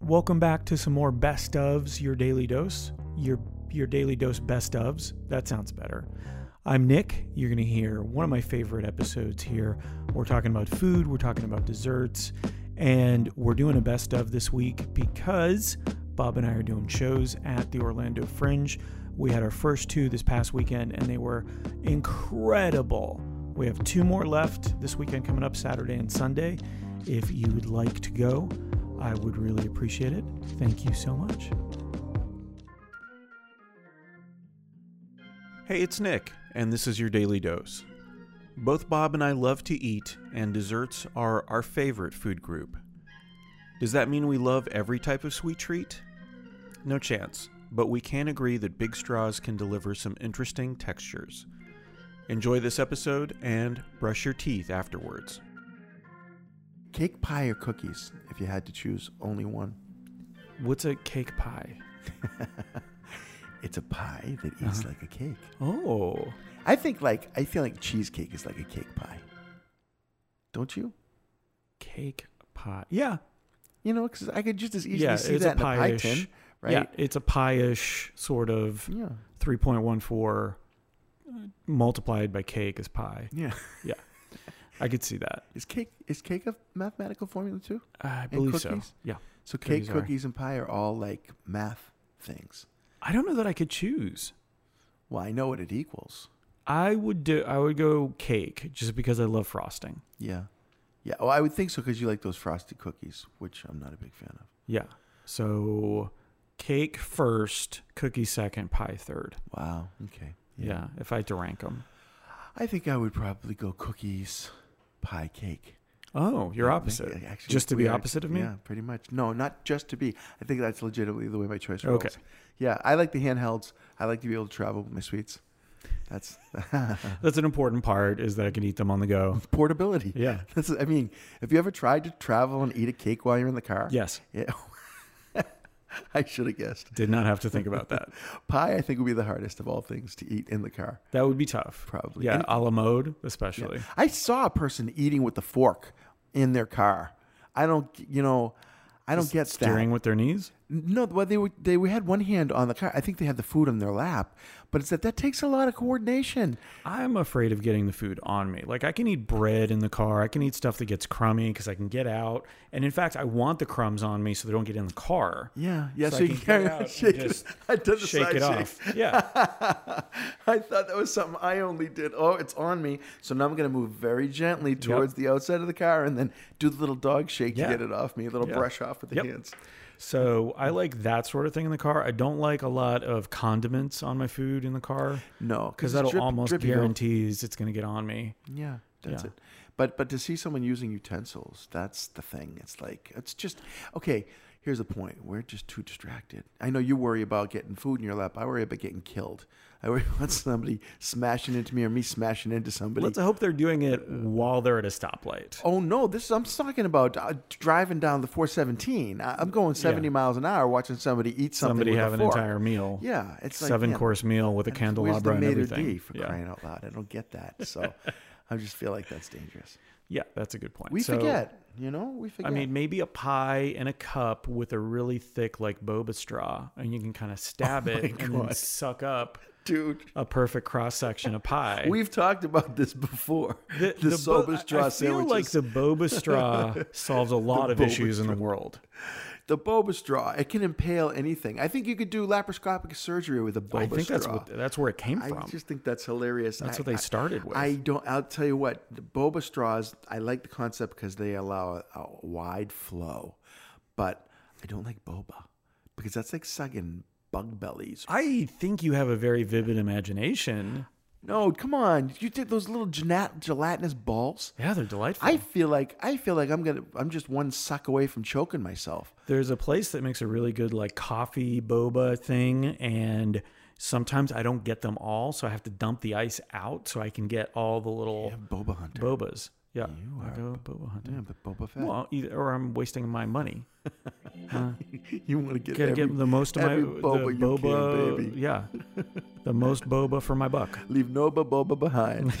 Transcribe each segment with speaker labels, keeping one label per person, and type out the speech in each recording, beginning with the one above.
Speaker 1: Welcome back to some more best ofs, your daily dose, your your daily dose best ofs. That sounds better. I'm Nick. You're going to hear one of my favorite episodes here. We're talking about food, we're talking about desserts, and we're doing a best of this week because Bob and I are doing shows at the Orlando Fringe. We had our first two this past weekend, and they were incredible. We have two more left this weekend coming up, Saturday and Sunday. If you would like to go, I would really appreciate it. Thank you so much.
Speaker 2: Hey, it's Nick, and this is your Daily Dose. Both Bob and I love to eat, and desserts are our favorite food group. Does that mean we love every type of sweet treat? No chance, but we can agree that big straws can deliver some interesting textures. Enjoy this episode and brush your teeth afterwards.
Speaker 3: Cake pie or cookies, if you had to choose only one.
Speaker 1: What's a cake pie?
Speaker 3: It's a pie that eats
Speaker 1: Uh-huh.
Speaker 3: like a cake.
Speaker 1: Oh,
Speaker 3: I think like I feel like cheesecake is like a cake pie. Don't you?
Speaker 1: cake pie. Yeah,
Speaker 3: You know, because I could just as easily
Speaker 1: yeah,
Speaker 3: see
Speaker 1: it's
Speaker 3: that
Speaker 1: a
Speaker 3: in a pie
Speaker 1: pie-ish.
Speaker 3: tin,
Speaker 1: Yeah,
Speaker 3: right?
Speaker 1: it's a pie-ish sort of
Speaker 3: Yeah.
Speaker 1: 3.14 uh, multiplied by cake is pie.
Speaker 3: Yeah.
Speaker 1: Yeah, I could see that.
Speaker 3: Is cake is cake a mathematical formula too?
Speaker 1: I believe so.
Speaker 3: cookies?
Speaker 1: Yeah.
Speaker 3: So
Speaker 1: Cookies
Speaker 3: cake,
Speaker 1: are.
Speaker 3: cookies, and pie are all like math things.
Speaker 1: I don't know that I could choose.
Speaker 3: Well, I know what it equals.
Speaker 1: I would do. I would go cake just because I love frosting.
Speaker 3: Yeah. Yeah. Oh, I would think so because you like those frosted cookies, which I'm not a big fan of.
Speaker 1: Yeah. So cake first, cookie second, pie third.
Speaker 3: Wow. Okay.
Speaker 1: Yeah. if I had to rank them.
Speaker 3: I think I would probably go cookies, pie, cake.
Speaker 1: Oh, you're
Speaker 3: Yeah,
Speaker 1: opposite.
Speaker 3: make- actually,
Speaker 1: just to
Speaker 3: we
Speaker 1: be
Speaker 3: are-
Speaker 1: opposite of me.
Speaker 3: Yeah, pretty much. No, not just to be. I think that's legitimately the way my choice rolls.
Speaker 1: Okay.
Speaker 3: Yeah, I like the handhelds. I like to be able to travel with my sweets. That's
Speaker 1: That's an important part is that I can eat them on the go.
Speaker 3: portability.
Speaker 1: Yeah.
Speaker 3: That's, I mean, have you ever tried to travel and eat a cake while you're in the car?
Speaker 1: Yes.
Speaker 3: Yeah. I should have guessed.
Speaker 1: Did not have to think about that.
Speaker 3: Pie, I think, would be the hardest of all things to eat in the car.
Speaker 1: That would be tough.
Speaker 3: Probably.
Speaker 1: Yeah,
Speaker 3: And-
Speaker 1: a la mode, especially.
Speaker 3: I saw a person eating with the fork in their car. I don't, you know, I don't get that.
Speaker 1: Steering with their knees.
Speaker 3: No, well, they were they we had one hand on the car. I think they had the food on their lap, but it's that that takes a lot of coordination.
Speaker 1: I'm afraid of getting the food on me. Like I can eat bread in the car. I can eat stuff that gets crummy because I can get out. And in fact, I want the crumbs on me so they don't get in the car.
Speaker 3: Yeah, yeah.
Speaker 1: So
Speaker 3: So,
Speaker 1: I
Speaker 3: you
Speaker 1: can
Speaker 3: can carry
Speaker 1: get out
Speaker 3: out,
Speaker 1: and
Speaker 3: shake it.
Speaker 1: just
Speaker 3: I did the
Speaker 1: Shake
Speaker 3: side
Speaker 1: it off. Yeah.
Speaker 3: I thought that was something I only did. Oh, it's on me. So now I'm going to move very gently towards the outside of the car and then do the little dog shake
Speaker 1: Yeah.
Speaker 3: to get it off me. A little
Speaker 1: Yeah.
Speaker 3: brush off with the
Speaker 1: Yep.
Speaker 3: hands.
Speaker 1: So I like that sort of thing in the car. I don't like a lot of condiments on my food in the car
Speaker 3: No,
Speaker 1: because
Speaker 3: it's
Speaker 1: that'll
Speaker 3: drip-
Speaker 1: almost
Speaker 3: drippy though.
Speaker 1: guarantees it's going to get on me.
Speaker 3: Yeah, that's
Speaker 1: Yeah.
Speaker 3: it. But but to see someone using utensils, that's the thing. It's like it's just okay. Here's the point: we're just too distracted. I know you worry about getting food in your lap. I worry about getting killed. I worry about somebody smashing into me or me smashing into somebody.
Speaker 1: Let's hope they're doing it while they're at a stoplight.
Speaker 3: Oh no! This is, I'm talking about uh, driving down the 417. I, I'm going 70
Speaker 1: Yeah.
Speaker 3: miles an hour, watching somebody eat something.
Speaker 1: Somebody
Speaker 3: with a
Speaker 1: have an
Speaker 3: fork.
Speaker 1: entire meal.
Speaker 3: Yeah, it's like,
Speaker 1: seven
Speaker 3: man,
Speaker 1: course meal with a
Speaker 3: Where's
Speaker 1: candelabra
Speaker 3: the
Speaker 1: and
Speaker 3: maitre
Speaker 1: everything.
Speaker 3: d' for
Speaker 1: yeah.
Speaker 3: crying out loud? I don't get that. So I just feel like that's dangerous.
Speaker 1: yeah, that's a good point.
Speaker 3: We
Speaker 1: So,
Speaker 3: forget, you know. We forget.
Speaker 1: I mean, maybe a pie and a cup with a really thick, like boba straw, and you can kind
Speaker 3: Oh
Speaker 1: of stab it and then suck up
Speaker 3: dude,
Speaker 1: a perfect cross section of pie.
Speaker 3: we've talked about this before. The,
Speaker 1: bo-
Speaker 3: soba
Speaker 1: I-
Speaker 3: straw
Speaker 1: I feel
Speaker 3: sandwiches.
Speaker 1: like the boba straw solves a lot of
Speaker 3: boba
Speaker 1: issues in the world.
Speaker 3: the boba straw, it can impale anything. I think you could do laparoscopic surgery with a boba
Speaker 1: I think
Speaker 3: straw.
Speaker 1: that's what that's where it came
Speaker 3: I
Speaker 1: from.
Speaker 3: just think that's hilarious.
Speaker 1: That's
Speaker 3: I-
Speaker 1: what they
Speaker 3: I-
Speaker 1: started with.
Speaker 3: I don't. I'll tell you what. The boba straws. I like the concept because they allow a, a wide flow, but I don't like boba because that's like sucking bug bellies.
Speaker 1: I think you have a very vivid imagination.
Speaker 3: No, come on. You take those little gelat- gelatinous balls.
Speaker 1: Yeah, they're delightful.
Speaker 3: I feel like I feel like I'm gonna. I'm just one suck away from choking myself.
Speaker 1: There's a place that makes a really good like coffee boba thing and sometimes I don't get them all, so I have to dump the ice out so I can get all the little
Speaker 3: Boba Hunter.
Speaker 1: bobas. Yeah. I go boba hunting.
Speaker 3: Yeah, but Boba Fett.
Speaker 1: Well, either or I'm wasting my money.
Speaker 3: you want to get
Speaker 1: Gotta
Speaker 3: every-
Speaker 1: get the most of my
Speaker 3: every
Speaker 1: the
Speaker 3: boba you can,
Speaker 1: boba-
Speaker 3: baby.
Speaker 1: Yeah. The most boba for my buck.
Speaker 3: Leave no boba behind.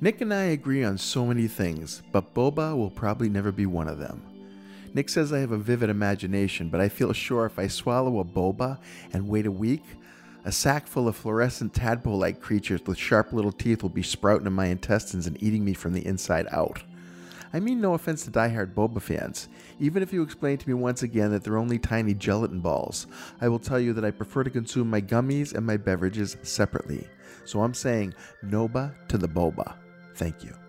Speaker 3: Nick and I agree on so many things, but boba will probably never be one of them. Nick says I have a vivid imagination, but I feel sure if I swallow a boba and wait a week, a sack full of fluorescent tadpole like creatures with sharp little teeth will be sprouting in my intestines and eating me from the inside out. I mean, no offense to diehard boba fans. Even if you explain to me once again that they're only tiny gelatin balls, I will tell you that I prefer to consume my gummies and my beverages separately. So I'm saying Noba to the boba. Thank you.